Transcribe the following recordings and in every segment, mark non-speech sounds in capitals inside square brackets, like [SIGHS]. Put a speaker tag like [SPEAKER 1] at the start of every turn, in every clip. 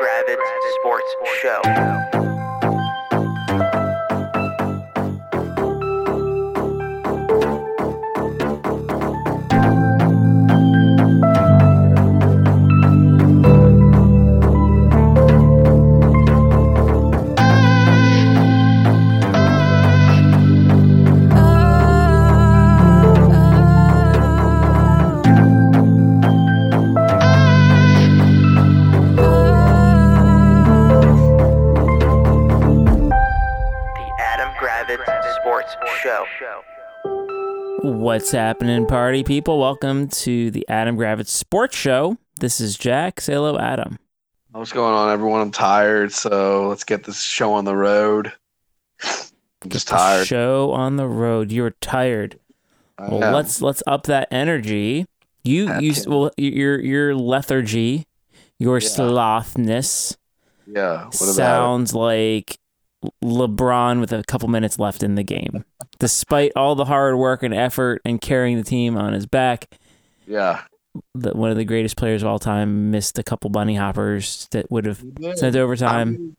[SPEAKER 1] Kravitz Sports Show. The Adam Gravitz Sports Show.
[SPEAKER 2] What's happening, party people? Welcome to the Adam Gravitz Sports Show. This is Jack. Say hello, Adam.
[SPEAKER 3] What's going on, everyone? I'm tired, so let's get this show on the road. I'm just
[SPEAKER 2] The
[SPEAKER 3] tired.
[SPEAKER 2] Show on the road. You're tired.
[SPEAKER 3] I
[SPEAKER 2] Well,
[SPEAKER 3] am.
[SPEAKER 2] let's let's up that energy. You you
[SPEAKER 3] Okay.
[SPEAKER 2] well your your lethargy, your
[SPEAKER 3] Yeah.
[SPEAKER 2] slothness
[SPEAKER 3] yeah. What about
[SPEAKER 2] sounds like LeBron with a couple minutes left in the
[SPEAKER 3] [LAUGHS]
[SPEAKER 2] game. Despite all the hard work and effort and carrying the team on his back,
[SPEAKER 3] it? Yeah.
[SPEAKER 2] the, one of the greatest players of all time missed a couple bunny hoppers that would have sent overtime.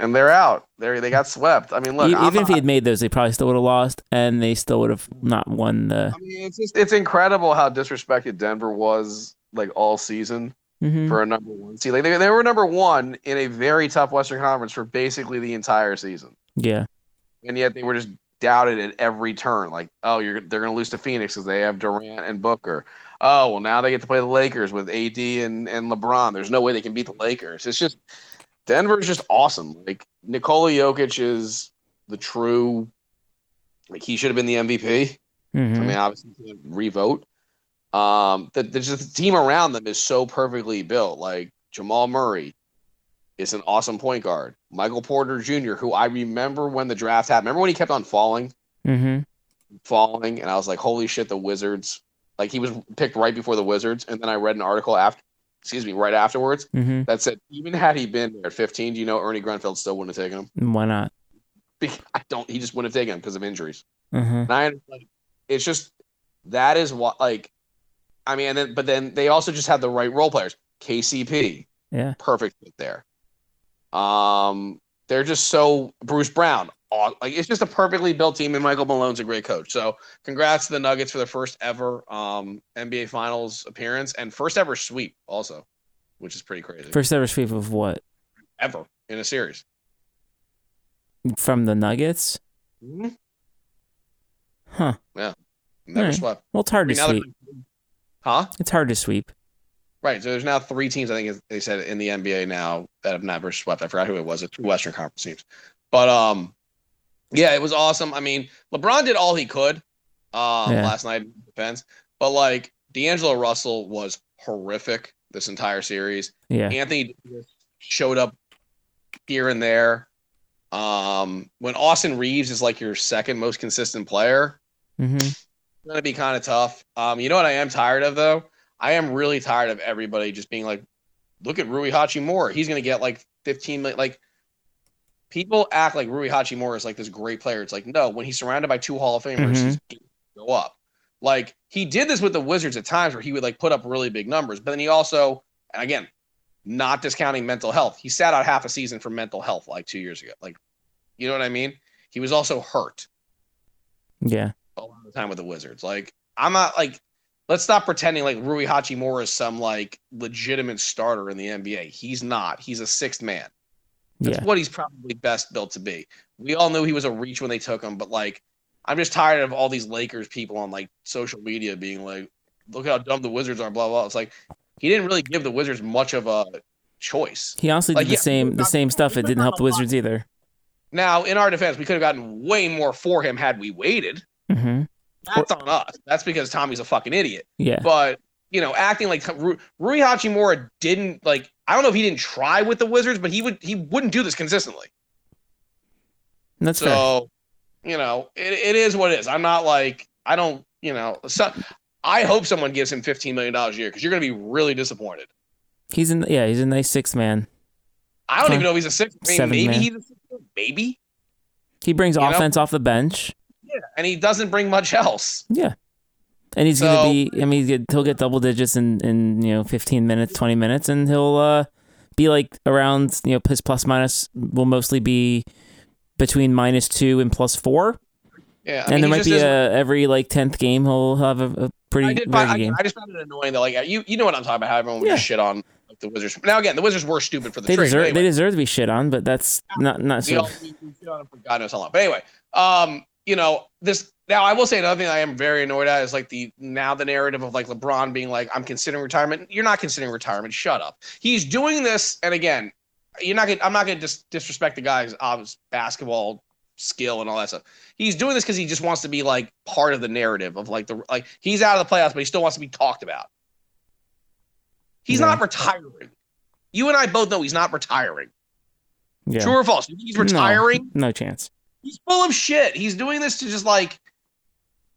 [SPEAKER 3] And they're out. They they got swept. I mean, look.
[SPEAKER 2] E-
[SPEAKER 3] I'm
[SPEAKER 2] even if
[SPEAKER 3] not-
[SPEAKER 2] he had made those, they probably still would have lost, and they still would have not won the.
[SPEAKER 3] I mean, it's just it's incredible how disrespected Denver was like all season
[SPEAKER 2] Mhm.
[SPEAKER 3] for a number one seed. Like they, they were number one in a very tough Western Conference for basically the entire season,
[SPEAKER 2] Yeah,
[SPEAKER 3] and yet they were just doubted at every turn. Like, oh, you're they're gonna lose to Phoenix because they have Durant and Booker. Oh, well, now they get to play the Lakers with AD and and LeBron. There's no way they can beat the Lakers. It's just Denver's just awesome. Like Nikola Jokic is the true. Like he should have been the MVP.
[SPEAKER 2] Mhm.
[SPEAKER 3] I mean, obviously, you can't revote. Um, the, the, just the team around them is so perfectly built. Like Jamal Murray is an awesome point guard. Michael Porter Jr., who I remember when the draft happened. Remember when he kept on falling,
[SPEAKER 2] Mhm.
[SPEAKER 3] falling, and I was like, "Holy shit, the Wizards!" Like he was picked right before the Wizards, and then I read an article after, excuse me, right afterwards
[SPEAKER 2] Mhm.
[SPEAKER 3] that said even had he been there at 15, do you know Ernie Grunfeld still wouldn't have taken him? [LAUGHS]
[SPEAKER 2] Why not?
[SPEAKER 3] I don't. He just wouldn't have taken him because of injuries.
[SPEAKER 2] Mhm.
[SPEAKER 3] And I like, it's just that is what like I mean, and then but then they also just have the right role players. KCP,
[SPEAKER 2] Yeah.
[SPEAKER 3] perfect fit there. Um, they're just so Bruce Brown. aw- Like it's just a perfectly built team, and Michael Malone's a great coach. So congrats to the Nuggets for their first ever um, NBA Finals appearance and first ever sweep, also, which is pretty crazy.
[SPEAKER 2] First ever sweep of what
[SPEAKER 3] ever in a series.
[SPEAKER 2] from the Nuggets? Mm-hmm. Huh.
[SPEAKER 3] Never
[SPEAKER 2] Alright.
[SPEAKER 3] swept.
[SPEAKER 2] Well, it's hard to
[SPEAKER 3] Now they're-
[SPEAKER 2] sweep.
[SPEAKER 3] Huh?
[SPEAKER 2] It's hard to sweep.
[SPEAKER 3] Right. So there's now three teams, I think is- they said in the NBA now that have never swept. I forgot who it was. It's two Western Conference teams. But um yeah, it was awesome. I mean, LeBron did all he could um
[SPEAKER 2] Yeah.
[SPEAKER 3] last night in defense. But like D'Angelo Russell was horrific this entire series.
[SPEAKER 2] Yeah.
[SPEAKER 3] Anthony Davis showed up here and there. Um when Austin Reeves is like your second most consistent player,
[SPEAKER 2] Mhm.
[SPEAKER 3] gonna be kind of tough. Um, you know what I am tired of though? I am really tired of everybody just being like, look at Rui Hachimura. He's gonna get like 15 million. Like people act like Rui Hachimura is like this great player. It's like, no, when he's surrounded by two Hall of Famers,
[SPEAKER 2] Mhm.
[SPEAKER 3] he's gonna go up. Like he did this with the Wizards at times where he would like put up really big numbers, but then he also, and again, not discounting mental health. He sat out half a season for mental health like two years ago. Like, you know what I mean? He was also hurt
[SPEAKER 2] Yeah.
[SPEAKER 3] a lot of the time with the Wizards. Like I'm not like let's stop pretending like Rui Hachimura is some like legitimate starter in the NBA. He's not. He's a sixth man. That's
[SPEAKER 2] Yeah.
[SPEAKER 3] what he's probably best built to be. We all knew he was a reach when they took him, but like I'm just tired of all these Lakers people on like social media being like, look how dumb the Wizards are, blah blah. It's like he didn't really give the Wizards much of a choice.
[SPEAKER 2] He honestly did
[SPEAKER 3] Like,
[SPEAKER 2] the
[SPEAKER 3] yeah,
[SPEAKER 2] same the same stuff. It didn't help the Wizards either.
[SPEAKER 3] Now, in our defense, we could have gotten way more for him had we waited.
[SPEAKER 2] Mhm.
[SPEAKER 3] That's on us. That's because Tommy's a fucking idiot.
[SPEAKER 2] Yeah.
[SPEAKER 3] but you know, acting like Ru- Rui Hachimura didn't like. I don't know if he didn't try with the Wizards, but he would he wouldn't do this consistently.
[SPEAKER 2] And That's fair.
[SPEAKER 3] so, you know, it, it is what it is. I'm not like I don't. You know, so, I hope someone gives him 15 million dollars a year because you're going to be really disappointed.
[SPEAKER 2] He's in. Yeah. He's a nice sixth man.
[SPEAKER 3] I don't
[SPEAKER 2] Huh.
[SPEAKER 3] even know if he's a six. I mean,
[SPEAKER 2] Seven
[SPEAKER 3] maybe
[SPEAKER 2] man.
[SPEAKER 3] he's a six, maybe,
[SPEAKER 2] He brings
[SPEAKER 3] You know?
[SPEAKER 2] offense off the bench.
[SPEAKER 3] and he doesn't bring much else.
[SPEAKER 2] Yeah. And he's gonna
[SPEAKER 3] So-
[SPEAKER 2] be. I mean, he's gonna, he'll get double digits in in you know fifteen minutes, twenty minutes, and he'll uh, be like around you know his plus minus will mostly be between minus two and plus four,
[SPEAKER 3] Yeah,
[SPEAKER 2] and
[SPEAKER 3] I mean, he
[SPEAKER 2] there might
[SPEAKER 3] just
[SPEAKER 2] be
[SPEAKER 3] isn't-
[SPEAKER 2] a every like tenth game he'll have a, a
[SPEAKER 3] I
[SPEAKER 2] pretty
[SPEAKER 3] did
[SPEAKER 2] very
[SPEAKER 3] find,
[SPEAKER 2] good
[SPEAKER 3] I,
[SPEAKER 2] game.
[SPEAKER 3] I just found it annoying that like you you know what I'm talking about. How everyone would
[SPEAKER 2] Yeah.
[SPEAKER 3] just shit on like, the Wizards. Now again, the Wizards were stupid for the
[SPEAKER 2] they
[SPEAKER 3] trade. but
[SPEAKER 2] deserve
[SPEAKER 3] anyway.
[SPEAKER 2] they deserve to be shit on, but that's not not
[SPEAKER 3] we
[SPEAKER 2] so.
[SPEAKER 3] all we, we shit on him for God knows how long. But anyway, um, you know this. Now I will say another thing I am very annoyed at is like the now the narrative of like LeBron being like I'm considering retirement. You're not considering retirement. Shut up. He's doing this, and again, you're not. Gonna, I'm not going to dis- disrespect the guy's obvious basketball skill and all that stuff. He's doing this because he just wants to be like part of the narrative of like the like he's out of the playoffs, but he still wants to be talked about. He's
[SPEAKER 2] Yeah.
[SPEAKER 3] not retiring. You and I both know he's not retiring.
[SPEAKER 2] Yeah.
[SPEAKER 3] True or false? You think he's
[SPEAKER 2] No.
[SPEAKER 3] retiring?
[SPEAKER 2] No chance.
[SPEAKER 3] He's full of shit. He's doing this to just like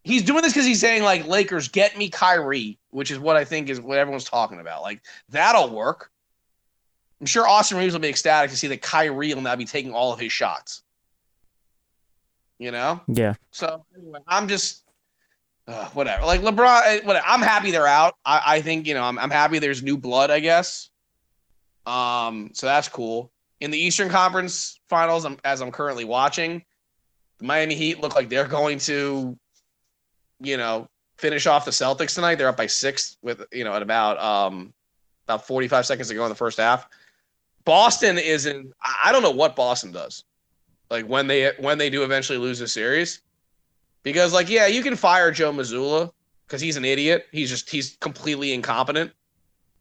[SPEAKER 3] he's doing this because he's saying like Lakers get me Kyrie, which is what I think is what everyone's talking about. Like that'll work. I'm sure Austin Reeves will be ecstatic to see that Kyrie will now be taking all of his shots. You know,
[SPEAKER 2] Yeah.
[SPEAKER 3] so anyway, I'm just uh, whatever. Like LeBron, uh, whatever. I'm happy they're out. I, I think you know I'm, I'm happy there's new blood. I guess. Um, so that's cool. In the Eastern Conference Finals, I'm, as I'm currently watching, the Miami Heat look like they're going to, you know, finish off the Celtics tonight. They're up by six with you know at about um about 45 seconds to go in the first half. Boston is in. I I don't know what Boston does, like when they when they do eventually lose the series, because like yeah, you can fire Joe Missoula because he's an idiot. He's just he's completely incompetent.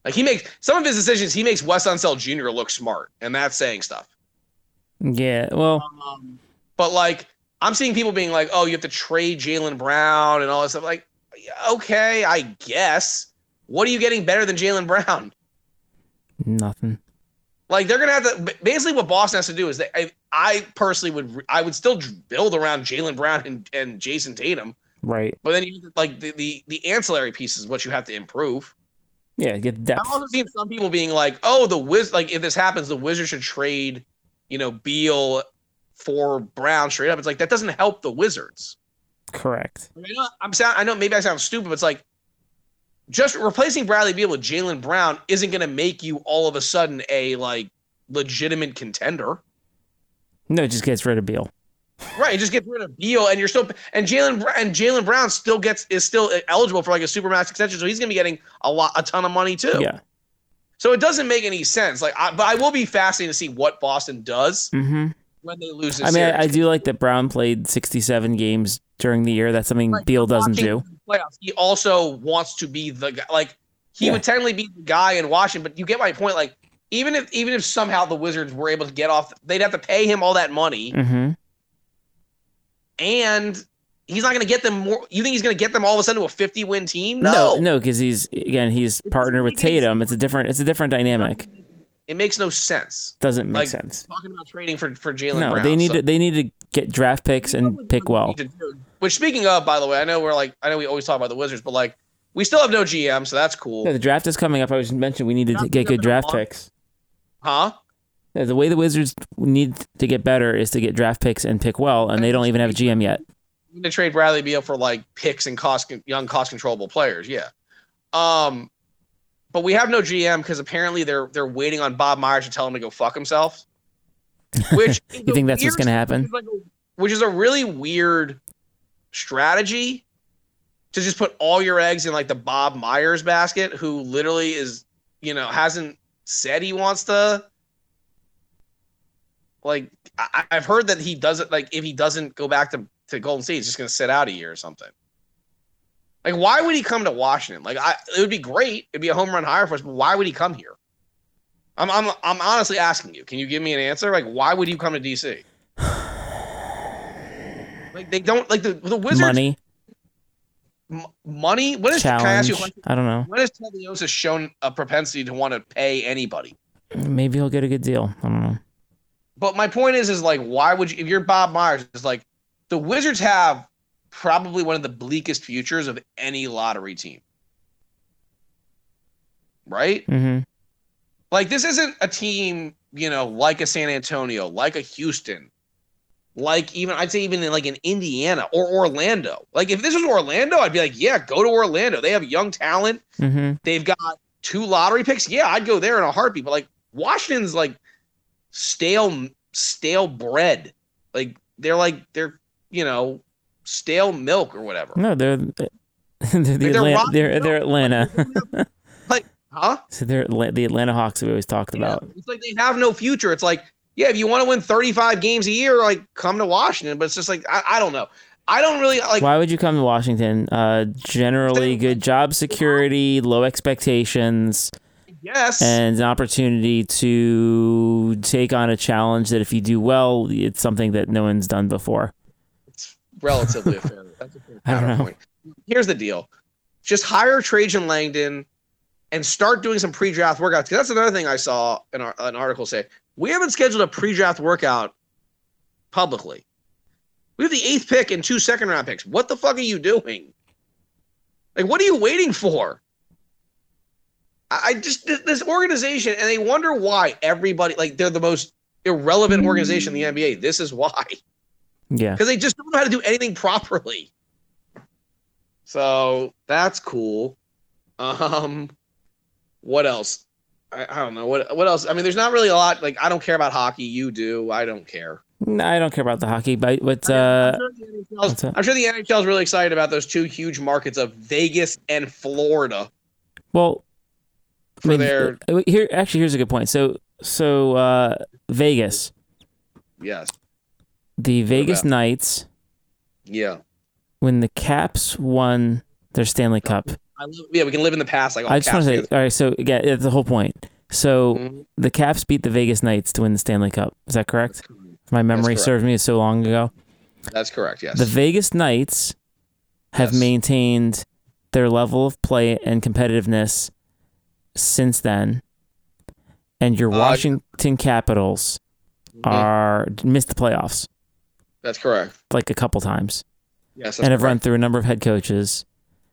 [SPEAKER 3] Like he makes some of his decisions, he makes Wes Unsell Jr. look smart, and that's saying stuff.
[SPEAKER 2] Yeah. Well,
[SPEAKER 3] Um, but like, I'm seeing people being like, "Oh, you have to trade Jalen Brown and all that stuff." Like, okay, I guess. What are you getting better than Jalen Brown? [LAUGHS]
[SPEAKER 2] nothing.
[SPEAKER 3] Like, they're gonna have to. ba- Basically, what Boston has to do is that I, I personally would, re- I would still dr- build around Jalen Brown and, and Jason Tatum,
[SPEAKER 2] Right.
[SPEAKER 3] but then you like the, the the ancillary piece is what you have to improve.
[SPEAKER 2] Yeah. Get depth.
[SPEAKER 3] I've also seen some people being like, "Oh, the Wiz like if this happens, the Wizards should trade, you know, Beal for Brown straight up." It's like that doesn't help the Wizards.
[SPEAKER 2] Correct.
[SPEAKER 3] I mean, I know I'm sound. I know maybe I sound stupid, but it's like just replacing Bradley Beal with Jalen Brown isn't going to make you all of a sudden a like legitimate contender,
[SPEAKER 2] No, it just gets rid of Beal.
[SPEAKER 3] right? Just get rid of Beal, and you're still and Jalen Br- and Jalen Brown still gets is still uh, eligible for like a supermax extension, so he's going to be getting a lot a ton of money too.
[SPEAKER 2] Yeah.
[SPEAKER 3] So it doesn't make any sense. Like, I, but I will be fascinating to see what Boston does
[SPEAKER 2] Mm-hmm.
[SPEAKER 3] when they lose this
[SPEAKER 2] I mean, I, I
[SPEAKER 3] series.
[SPEAKER 2] do like that Brown played 67 games during the year. That's something
[SPEAKER 3] Like,
[SPEAKER 2] Beal doesn't
[SPEAKER 3] Watching
[SPEAKER 2] do.
[SPEAKER 3] him in the playoffs. He also wants to be the guy. Like, he
[SPEAKER 2] Yeah.
[SPEAKER 3] would technically be the guy in Washington, but you get my point. Like, even if even if somehow the Wizards were able to get off, they'd have to pay him all that money,
[SPEAKER 2] Mm-hmm.
[SPEAKER 3] and he's not going to get them more. You think he's going to get them all of a sudden to a fifty-win team?
[SPEAKER 2] no, because he's again he's partnered with
[SPEAKER 3] make any
[SPEAKER 2] Tatum. It's a different it's a different dynamic.
[SPEAKER 3] it makes no sense.
[SPEAKER 2] Doesn't make
[SPEAKER 3] Like,
[SPEAKER 2] sense.
[SPEAKER 3] Talking about trading for for Jalen
[SPEAKER 2] No,
[SPEAKER 3] Brown,
[SPEAKER 2] they need
[SPEAKER 3] so-
[SPEAKER 2] to they need to get draft picks and pick well.
[SPEAKER 3] Which, speaking of, by the way, I know we're like, I know we always talk about the Wizards, but like, we still have no GM, so that's
[SPEAKER 2] Yeah,
[SPEAKER 3] cool,
[SPEAKER 2] the draft is coming up. I was mentioned we need to
[SPEAKER 3] Draft
[SPEAKER 2] get
[SPEAKER 3] is
[SPEAKER 2] good
[SPEAKER 3] up in a
[SPEAKER 2] draft
[SPEAKER 3] month.
[SPEAKER 2] picks.
[SPEAKER 3] huh?
[SPEAKER 2] Yeah, The way the Wizards need to get better is to get draft picks and pick well, and they don't even have a GM yet.
[SPEAKER 3] We need to trade Bradley Beal for like picks and cost young cost controllable players, yeah. Um, but we have no GM because apparently they're they're waiting on Bob Myers to tell him to go
[SPEAKER 2] [LAUGHS]
[SPEAKER 3] fuck himself. Which
[SPEAKER 2] You think that's what's going to happen?
[SPEAKER 3] Which is a really weird strategy to just put all your eggs in like the Bob Myers basket, who literally is, you know, hasn't said he wants to. Like I- I've heard that he doesn't like if he doesn't go back to to Golden State, he's just going to sit out a year or something. Like, why would he come to Washington? Like, I it would be great. It'd be a home run hire for us. But why would he come here? I'm I'm I'm honestly asking you. Can you give me an answer? Like, why would you come to DC? [SIGHS] Like they don't like the the Wizards
[SPEAKER 2] Money,
[SPEAKER 3] m- money. What is can I ask you? a
[SPEAKER 2] challenge.
[SPEAKER 3] question?
[SPEAKER 2] I don't know.
[SPEAKER 3] When has Tediosa shown a propensity to want to pay anybody?
[SPEAKER 2] Maybe he'll get a good deal. I don't know.
[SPEAKER 3] But my point is, is like, why would you? If you're Bob Myers, it's like the Wizards have probably one of the bleakest futures of any lottery team, right?
[SPEAKER 2] Mm-hmm.
[SPEAKER 3] Like this isn't a team, you know, like a San Antonio, like a Houston, like even I'd say even in like in Indiana or Orlando. Like if this was Orlando, I'd be like, yeah, go to Orlando. They have young talent.
[SPEAKER 2] Mm-hmm.
[SPEAKER 3] They've got two lottery picks. Yeah, I'd go there in a heartbeat. But like, Washington's like stale stale bread. Like they're like they're you know stale milk or whatever.
[SPEAKER 2] No, they're [LAUGHS] they're the
[SPEAKER 3] they're
[SPEAKER 2] Atlanta.
[SPEAKER 3] rotten
[SPEAKER 2] They're, they're
[SPEAKER 3] milk.
[SPEAKER 2] Atlanta. [LAUGHS]
[SPEAKER 3] Huh?
[SPEAKER 2] so they're Atla- the Atlanta Hawks that we always talked
[SPEAKER 3] Yeah.
[SPEAKER 2] about.
[SPEAKER 3] It's like they have no future. It's like, yeah, if you want to win 35 games a year, like come to Washington. But it's just like I, I don't know. I don't really like
[SPEAKER 2] Why would you come to Washington? Uh, generally, good job security, low expectations,
[SPEAKER 3] yes.
[SPEAKER 2] and an opportunity to take on a challenge that, if you do well, it's something that no one's done before.
[SPEAKER 3] it's relatively a fair. That's a fair
[SPEAKER 2] [LAUGHS] I don't know.
[SPEAKER 3] counterpoint. Here's the deal: just hire Trajan Langdon and start doing some pre-draft workouts. 'Cause that's another thing I saw in our, an article say we haven't scheduled a pre-draft workout publicly. We have the eighth pick and two second-round picks. What the fuck are you doing? Like, what are you waiting for? I I just th- this organization, and they wonder why everybody like they're the most irrelevant organization in the NBA. This is why
[SPEAKER 2] Yeah.
[SPEAKER 3] because they just don't know how to do anything properly. So that's cool. Um, what else? I, I don't know what what else. I mean, there's not really a lot. Like, I don't care about hockey. You do. I don't care.
[SPEAKER 2] No, I don't care about the hockey, but but uh,
[SPEAKER 3] I'm sure the NHL's
[SPEAKER 2] what's that?
[SPEAKER 3] I'm sure the NHL is really excited about those two huge markets of Vegas and Florida
[SPEAKER 2] well,
[SPEAKER 3] for their
[SPEAKER 2] uh, here actually here's a good point. So so uh, Vegas,
[SPEAKER 3] yes,
[SPEAKER 2] the Vegas
[SPEAKER 3] about?
[SPEAKER 2] Knights,
[SPEAKER 3] yeah.
[SPEAKER 2] when the Caps won their Stanley Cup,
[SPEAKER 3] I love, yeah, we can live in the past. Like all
[SPEAKER 2] I just want to say,
[SPEAKER 3] Oh, Caps
[SPEAKER 2] all right. So yeah, that's the whole point. So
[SPEAKER 3] Mhm.
[SPEAKER 2] the Caps beat the Vegas Knights to win the Stanley Cup. Is that correct?
[SPEAKER 3] fans.
[SPEAKER 2] My memory
[SPEAKER 3] correct.
[SPEAKER 2] served me so long ago.
[SPEAKER 3] That's correct. Yes.
[SPEAKER 2] The Vegas Knights have
[SPEAKER 3] Yes.
[SPEAKER 2] maintained their level of play and competitiveness since then. And your
[SPEAKER 3] Uh,
[SPEAKER 2] Washington Capitals
[SPEAKER 3] Mhm.
[SPEAKER 2] are missed the playoffs
[SPEAKER 3] that's correct.
[SPEAKER 2] like a couple times
[SPEAKER 3] Yes.
[SPEAKER 2] and
[SPEAKER 3] that's
[SPEAKER 2] have run
[SPEAKER 3] correct.
[SPEAKER 2] through a number of head coaches,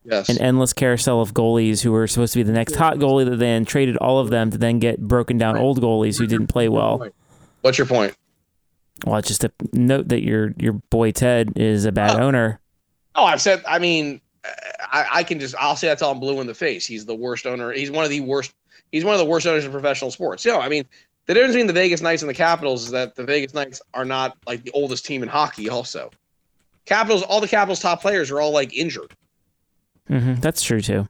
[SPEAKER 3] Yes.
[SPEAKER 2] an endless carousel of goalies who were supposed to be the next hot goalie that then traded all of them to then get broken down
[SPEAKER 3] Right.
[SPEAKER 2] old goalies who didn't play well.
[SPEAKER 3] Point. What's your point?
[SPEAKER 2] Well, it's just a note that your your boy Ted is a bad
[SPEAKER 3] Oh.
[SPEAKER 2] owner.
[SPEAKER 3] Oh, I've said. I mean, I, I can just. I'll say that's all blue in the face. He's the worst owner. He's one of the worst. He's one of the worst owners in professional sports. You know, I mean, the difference between the Vegas Knights and the Capitals is that the Vegas Knights are not like the oldest team in hockey. Also, Capitals. All the Capitals' top players are all like injured.
[SPEAKER 2] hmm That's true too.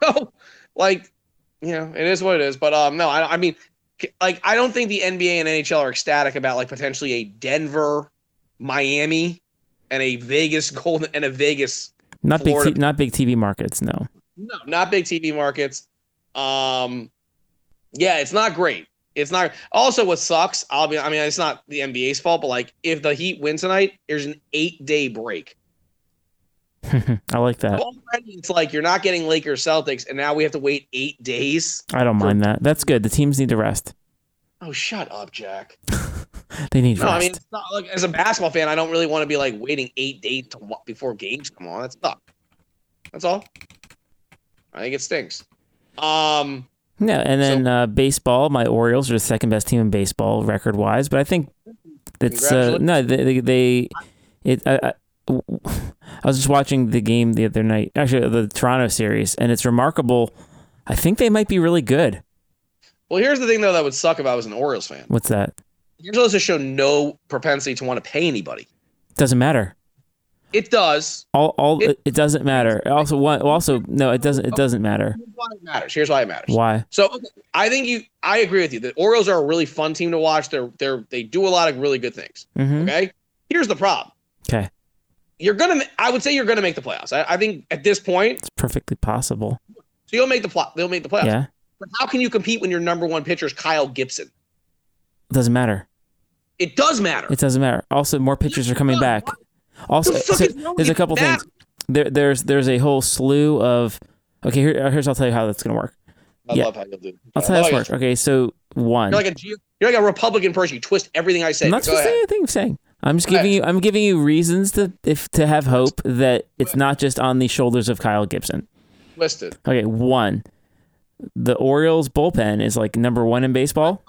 [SPEAKER 3] [LAUGHS] So, like, you know, it is what it is. But um, no, I, I mean, c- like, I don't think the NBA and NHL are ecstatic about like potentially a Denver, Miami, and a Vegas [LAUGHS] Golden and a Vegas
[SPEAKER 2] Not big,
[SPEAKER 3] Florida.
[SPEAKER 2] t- not big TV markets. No. [LAUGHS]
[SPEAKER 3] No, not big TV markets. Um, yeah, it's not great. It's not. Also, what sucks, I'll be. I mean, it's not the NBA's fault, but like, if the Heat win tonight, there's an eight day break.
[SPEAKER 2] I like that.
[SPEAKER 3] Already, it's like you're not getting Lakers Celtics, and now we have to wait eight days.
[SPEAKER 2] I don't mind that. That's good. The teams need to rest.
[SPEAKER 3] Oh, shut up, Jack.
[SPEAKER 2] They need
[SPEAKER 3] No, I mean,
[SPEAKER 2] rest.
[SPEAKER 3] it's not, like, as a basketball fan, I don't really want to be like waiting eight days to, wa- before games come on. That's not. That's all. I think it stinks. Um,
[SPEAKER 2] yeah, and then uh, baseball. My Orioles are the second best team in baseball record wise, but I think it's uh, no. They, they, they it. I, I, [LAUGHS] I was just watching the game the other night, actually the Toronto series, and it's remarkable. I think they might be really good.
[SPEAKER 3] well, here's the thing though that would suck if I was an Orioles fan.
[SPEAKER 2] What's that?
[SPEAKER 3] Angela's just shown no propensity to want to pay anybody.
[SPEAKER 2] Doesn't matter.
[SPEAKER 3] It does.
[SPEAKER 2] All, all it,
[SPEAKER 3] It-
[SPEAKER 2] doesn't matter. Also, one, also no, it doesn't. It doesn't matter.
[SPEAKER 3] Here's why it matters. Here's why it matters.
[SPEAKER 2] Why?
[SPEAKER 3] So okay, I think you I agree with you. The Orioles are a really fun team to watch. They're they're they do a lot of really good things.
[SPEAKER 2] Mm-hmm.
[SPEAKER 3] Okay. Here's the problem.
[SPEAKER 2] Okay.
[SPEAKER 3] You're gonna ma- I would say you're gonna make the playoffs. I, I think at this point,
[SPEAKER 2] It's perfectly possible.
[SPEAKER 3] so you'll make the plot they'll make the playoffs.
[SPEAKER 2] Yeah.
[SPEAKER 3] But how can you compete when your number one pitcher is Kyle Gibson?
[SPEAKER 2] It doesn't matter.
[SPEAKER 3] It does matter.
[SPEAKER 2] It doesn't matter. Also, more pitchers are coming back. Also,
[SPEAKER 3] The fuck
[SPEAKER 2] so
[SPEAKER 3] is wrong
[SPEAKER 2] there's a
[SPEAKER 3] with
[SPEAKER 2] couple
[SPEAKER 3] that?
[SPEAKER 2] things. There, there's there's a whole slew of. Okay, here, here's I'll tell you how that's gonna work.
[SPEAKER 3] I
[SPEAKER 2] yeah.
[SPEAKER 3] love how you'll do. it.
[SPEAKER 2] I'll
[SPEAKER 3] I
[SPEAKER 2] tell you how
[SPEAKER 3] love
[SPEAKER 2] this
[SPEAKER 3] how
[SPEAKER 2] works. Okay, so one.
[SPEAKER 3] You're Oh, like a Geo- you're like a Republican person. You twist everything I say.
[SPEAKER 2] I'm not
[SPEAKER 3] Go
[SPEAKER 2] supposed to say
[SPEAKER 3] ahead.
[SPEAKER 2] anything. I'm saying I'm just
[SPEAKER 3] Go ahead.
[SPEAKER 2] giving you I'm giving you reasons to if to have hope that it's not just on the shoulders of Kyle Gibson.
[SPEAKER 3] Twist it.
[SPEAKER 2] Okay, one. The Orioles bullpen is like number one in baseball.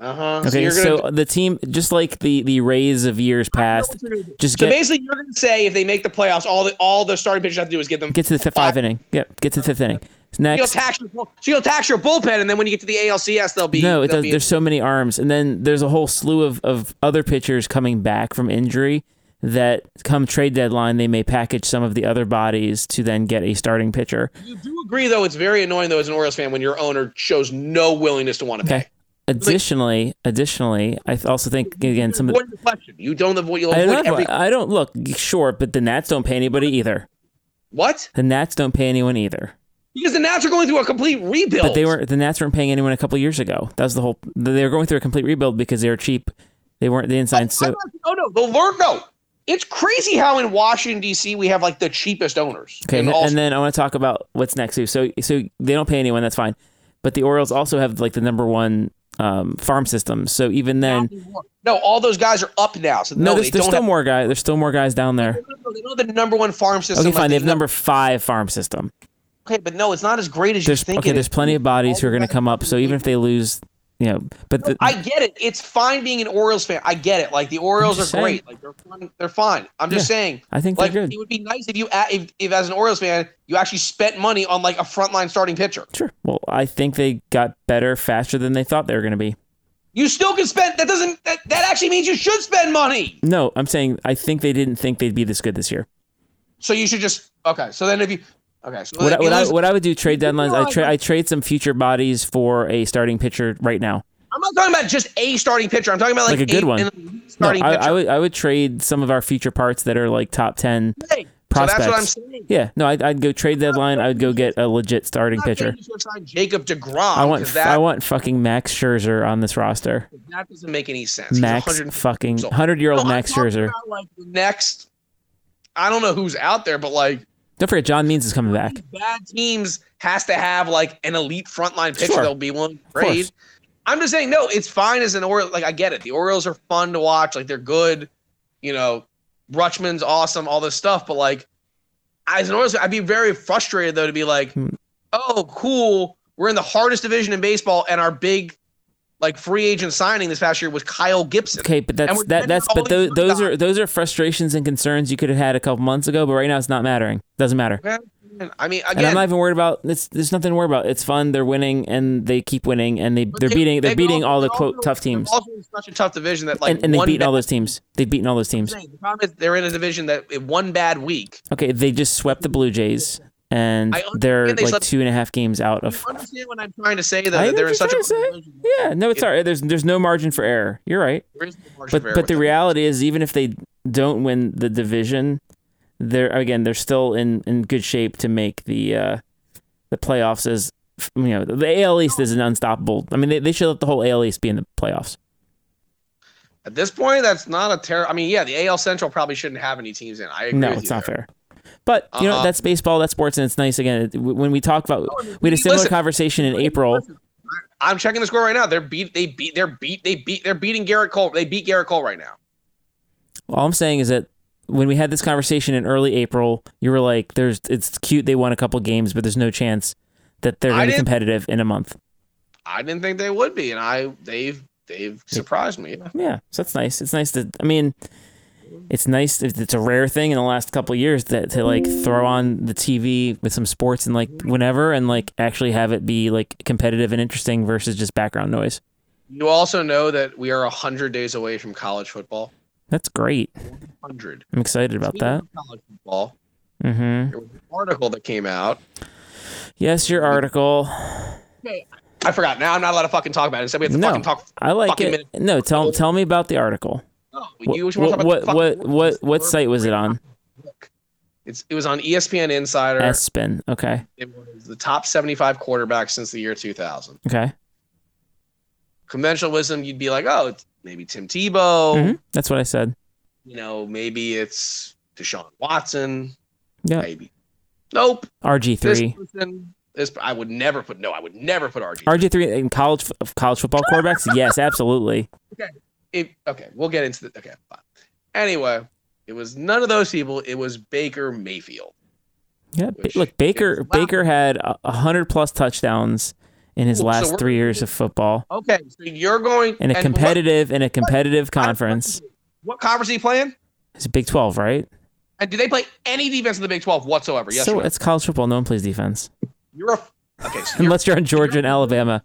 [SPEAKER 3] Uh huh.
[SPEAKER 2] Okay, so, the team, just like the the Rays of years past, just
[SPEAKER 3] So
[SPEAKER 2] get
[SPEAKER 3] basically, you're going to say if they make the playoffs, all the all the starting pitchers have to do is give them.
[SPEAKER 2] Get to the fifth,
[SPEAKER 3] Five.
[SPEAKER 2] five inning. Yep. Get to the fifth inning. Next,
[SPEAKER 3] She'll tax, your, bull- she'll tax your bullpen, and then when you get to the ALCS, they'll be
[SPEAKER 2] no, it
[SPEAKER 3] they'll
[SPEAKER 2] does,
[SPEAKER 3] be-
[SPEAKER 2] there's so many arms, and then there's a whole slew of, of other pitchers coming back from injury that come trade deadline they may package some of the other bodies to then get a starting pitcher.
[SPEAKER 3] You do agree, though, it's very annoying, though, as an Orioles fan, when your owner shows no willingness to want to pay.
[SPEAKER 2] Additionally, additionally, I th- also think again some of
[SPEAKER 3] Avoid reflection. You don't avoid. You'll
[SPEAKER 2] I
[SPEAKER 3] avoid
[SPEAKER 2] don't,
[SPEAKER 3] every,
[SPEAKER 2] I don't look sure, but the Nats don't pay anybody either.
[SPEAKER 3] what?
[SPEAKER 2] The Nats don't pay anyone either.
[SPEAKER 3] Because the Nats are going through a complete rebuild.
[SPEAKER 2] But they were the Nats weren't paying anyone a couple years ago. That was the whole. They were going through a complete rebuild because they were cheap. They weren't. They didn't sign.
[SPEAKER 3] I'm
[SPEAKER 2] So
[SPEAKER 3] not- oh no, the learn no. It's crazy how in Washington D.C. we have like the cheapest owners.
[SPEAKER 2] okay,
[SPEAKER 3] in
[SPEAKER 2] and,
[SPEAKER 3] all-
[SPEAKER 2] then I want to talk about what's next too. So so they don't pay anyone. That's fine. But the Orioles also have like the number one um, farm system. So even then,
[SPEAKER 3] no, all those guys are up now. So
[SPEAKER 2] no,
[SPEAKER 3] no,
[SPEAKER 2] there's,
[SPEAKER 3] they
[SPEAKER 2] there's
[SPEAKER 3] don't
[SPEAKER 2] still
[SPEAKER 3] have,
[SPEAKER 2] more guys. There's still more guys down there.
[SPEAKER 3] they don't have the number one farm system.
[SPEAKER 2] Okay,
[SPEAKER 3] like
[SPEAKER 2] fine. They have
[SPEAKER 3] number-
[SPEAKER 2] number five farm system.
[SPEAKER 3] Okay, but no, it's not as great as you
[SPEAKER 2] There's
[SPEAKER 3] think.
[SPEAKER 2] okay.
[SPEAKER 3] it
[SPEAKER 2] There's
[SPEAKER 3] is.
[SPEAKER 2] plenty of bodies who are going to
[SPEAKER 3] guys-
[SPEAKER 2] come up. So even if they lose, you know, but the,
[SPEAKER 3] I get it. It's fine being an Orioles fan. I get it. Like the Orioles are
[SPEAKER 2] just saying.
[SPEAKER 3] great. Like they're fun. They're fine. I'm just
[SPEAKER 2] Yeah.
[SPEAKER 3] saying.
[SPEAKER 2] I think
[SPEAKER 3] Like
[SPEAKER 2] they're good.
[SPEAKER 3] it would be nice if you, a- if, if as an Orioles fan, you actually spent money on like a frontline starting pitcher.
[SPEAKER 2] Sure. Well, I think they got better faster than they thought they were going to be.
[SPEAKER 3] You still can spend. That doesn't. That, that actually means you should spend money.
[SPEAKER 2] No, I'm saying I think they didn't think they'd be this good this year.
[SPEAKER 3] So you should just okay. So then if you okay, so
[SPEAKER 2] What, I,
[SPEAKER 3] if you
[SPEAKER 2] what, I,
[SPEAKER 3] lose-
[SPEAKER 2] what I would do trade deadlines, I, tra-
[SPEAKER 3] Right.
[SPEAKER 2] I trade some future bodies for a starting pitcher right now.
[SPEAKER 3] I'm not talking about just a starting pitcher. I'm talking about like,
[SPEAKER 2] Like a good
[SPEAKER 3] a-
[SPEAKER 2] one.
[SPEAKER 3] an elite
[SPEAKER 2] No,
[SPEAKER 3] Starting
[SPEAKER 2] I, I
[SPEAKER 3] pitcher.
[SPEAKER 2] would I would trade some of our future parts that are like top ten.
[SPEAKER 3] Hey, so that's what I'm
[SPEAKER 2] prospects.
[SPEAKER 3] saying.
[SPEAKER 2] Yeah, no, I'd, I'd go trade deadline. I would go get a legit starting
[SPEAKER 3] I'm not saying
[SPEAKER 2] pitcher.
[SPEAKER 3] You should sign Jacob Degrom.
[SPEAKER 2] I want
[SPEAKER 3] 'cause that,
[SPEAKER 2] I want fucking Max Scherzer on this roster.
[SPEAKER 3] that doesn't make any sense. He's
[SPEAKER 2] Max
[SPEAKER 3] 150
[SPEAKER 2] fucking
[SPEAKER 3] years old.
[SPEAKER 2] hundred year
[SPEAKER 3] No,
[SPEAKER 2] old
[SPEAKER 3] I'm
[SPEAKER 2] Max
[SPEAKER 3] talking
[SPEAKER 2] Scherzer.
[SPEAKER 3] about, like, the next, I don't know who's out there, but like
[SPEAKER 2] Don't forget John Means is coming back.
[SPEAKER 3] bad teams has to have like an elite frontline pitcher
[SPEAKER 2] Sure.
[SPEAKER 3] that'll be willing to
[SPEAKER 2] course.
[SPEAKER 3] trade. I'm just saying, no, it's fine as an Oriole. Like I get it, the Orioles are fun to watch. Like they're good, you know. Rutschman's awesome, all this stuff. But like, as an Orioles, I'd be very frustrated though to be like,
[SPEAKER 2] Hmm.
[SPEAKER 3] oh, cool, we're in the hardest division in baseball, and our big like free agent signing this past year was Kyle Gibson.
[SPEAKER 2] Okay, but that's
[SPEAKER 3] we're
[SPEAKER 2] that,
[SPEAKER 3] spending
[SPEAKER 2] that's
[SPEAKER 3] all
[SPEAKER 2] but those,
[SPEAKER 3] these money
[SPEAKER 2] those
[SPEAKER 3] on-
[SPEAKER 2] are those are frustrations and concerns you could have had a couple months ago, but right now it's not mattering. Doesn't matter.
[SPEAKER 3] And, I mean,
[SPEAKER 2] And I'm
[SPEAKER 3] again,
[SPEAKER 2] not even worried about it's there's nothing to worry about. It's fun, they're winning and they keep winning and they they're beating they're
[SPEAKER 3] they've
[SPEAKER 2] beating
[SPEAKER 3] also-
[SPEAKER 2] all the
[SPEAKER 3] they're
[SPEAKER 2] quote
[SPEAKER 3] also-
[SPEAKER 2] tough
[SPEAKER 3] they're
[SPEAKER 2] teams.
[SPEAKER 3] Also, in such a tough division that like
[SPEAKER 2] And, and they've
[SPEAKER 3] one
[SPEAKER 2] beaten
[SPEAKER 3] bad-
[SPEAKER 2] all those teams. They've beaten all those teams.
[SPEAKER 3] The problem is they're in a division that in one bad week.
[SPEAKER 2] Okay, they just swept the Blue Jays and
[SPEAKER 3] I understand
[SPEAKER 2] they're
[SPEAKER 3] they
[SPEAKER 2] like
[SPEAKER 3] swept-
[SPEAKER 2] two and a half games out
[SPEAKER 3] You
[SPEAKER 2] of
[SPEAKER 3] understand what I'm trying to say? Though,
[SPEAKER 2] I
[SPEAKER 3] that
[SPEAKER 2] know
[SPEAKER 3] they're in
[SPEAKER 2] what
[SPEAKER 3] such
[SPEAKER 2] you're
[SPEAKER 3] a
[SPEAKER 2] trying Yeah, no, it's all right. There's there's no margin for error. You're right.
[SPEAKER 3] There is no margin
[SPEAKER 2] But
[SPEAKER 3] for error
[SPEAKER 2] but the
[SPEAKER 3] with
[SPEAKER 2] reality is, even if they don't win the division, they're again they're still in, in good shape to make the uh, the playoffs. As you know, the AL East is an unstoppable. I mean, they, they should let the whole AL East be in the playoffs.
[SPEAKER 3] that. At this point, that's not a terror. I mean, yeah, the AL Central probably shouldn't have any teams in. I agree.
[SPEAKER 2] No,
[SPEAKER 3] with
[SPEAKER 2] it's
[SPEAKER 3] you
[SPEAKER 2] not
[SPEAKER 3] there.
[SPEAKER 2] fair. But you know,
[SPEAKER 3] Uh-uh.
[SPEAKER 2] that's baseball, that's sports, and it's nice again it- when we talk about. We had a similar
[SPEAKER 3] Listen.
[SPEAKER 2] conversation in April.
[SPEAKER 3] I'm checking the score right now. They're beat. They beat. They're beat. They beat. They're beating Garrett Cole. They beat Garrett Cole right now.
[SPEAKER 2] All I'm saying is that when we had this conversation in early April, you were like, "There's, it's cute they won a couple games, but there's no chance that they're
[SPEAKER 3] I
[SPEAKER 2] going to be
[SPEAKER 3] didn't-
[SPEAKER 2] competitive in a month."
[SPEAKER 3] I didn't think they would be, and I they've they've surprised me.
[SPEAKER 2] Yeah, so that's nice. It's nice to. I mean, it's nice. It's it's a rare thing in the last couple of years that to like throw on the TV with some sports and like whenever and like actually have it be like competitive and interesting versus just background noise.
[SPEAKER 3] You also know that we are hundred days away from college football.
[SPEAKER 2] That's great.
[SPEAKER 3] Hundred.
[SPEAKER 2] I'm excited about that.
[SPEAKER 3] College football.
[SPEAKER 2] Mm-hmm.
[SPEAKER 3] There was an article that came out.
[SPEAKER 2] Yes, your article.
[SPEAKER 3] I forgot. Now I'm not allowed to fucking talk about it. Instead, we have to
[SPEAKER 2] No.
[SPEAKER 3] fucking talk.
[SPEAKER 2] I like
[SPEAKER 3] Fucking
[SPEAKER 2] it.
[SPEAKER 3] minute.
[SPEAKER 2] No, tell tell me about the article.
[SPEAKER 3] Oh,
[SPEAKER 2] What
[SPEAKER 3] you usually
[SPEAKER 2] what
[SPEAKER 3] wanna
[SPEAKER 2] what
[SPEAKER 3] talk about the
[SPEAKER 2] what,
[SPEAKER 3] fucking-
[SPEAKER 2] what, what site was it on?
[SPEAKER 3] It's it was on E ESPN Insider.
[SPEAKER 2] Espen. Okay.
[SPEAKER 3] It was the top 75 quarterbacks since the year 2000.
[SPEAKER 2] Okay.
[SPEAKER 3] Conventional wisdom, you'd be like, oh, it's maybe Tim Tebow.
[SPEAKER 2] hmm That's what I said.
[SPEAKER 3] You know, maybe it's Deshaun Watson.
[SPEAKER 2] Yeah.
[SPEAKER 3] Maybe. Nope.
[SPEAKER 2] RG three.
[SPEAKER 3] This person. This I would never put. No, I would never put RG.
[SPEAKER 2] RG three in college f- college football
[SPEAKER 3] [LAUGHS]
[SPEAKER 2] quarterbacks? Yes, absolutely.
[SPEAKER 3] It, okay, we'll get into the okay. Fine. Anyway, it was none of those people. It was Baker Mayfield.
[SPEAKER 2] Yeah, Ba-
[SPEAKER 3] Which
[SPEAKER 2] look, Baker
[SPEAKER 3] is loud.
[SPEAKER 2] Baker had a a hundred plus touchdowns in his
[SPEAKER 3] Cool, so
[SPEAKER 2] last
[SPEAKER 3] we're-
[SPEAKER 2] three years of football
[SPEAKER 3] Okay, so you're going
[SPEAKER 2] in a
[SPEAKER 3] and
[SPEAKER 2] competitive in a competitive
[SPEAKER 3] what-
[SPEAKER 2] conference.
[SPEAKER 3] What conference are you playing?
[SPEAKER 2] It's Big Twelve, right?
[SPEAKER 3] And do they play any defense in the Big Twelve whatsoever? Yes.
[SPEAKER 2] so
[SPEAKER 3] or no?
[SPEAKER 2] it's college football. No one plays defense.
[SPEAKER 3] You're a Okay,
[SPEAKER 2] [LAUGHS]
[SPEAKER 3] so you're,
[SPEAKER 2] unless you're on
[SPEAKER 3] [LAUGHS]
[SPEAKER 2] Georgia and Alabama.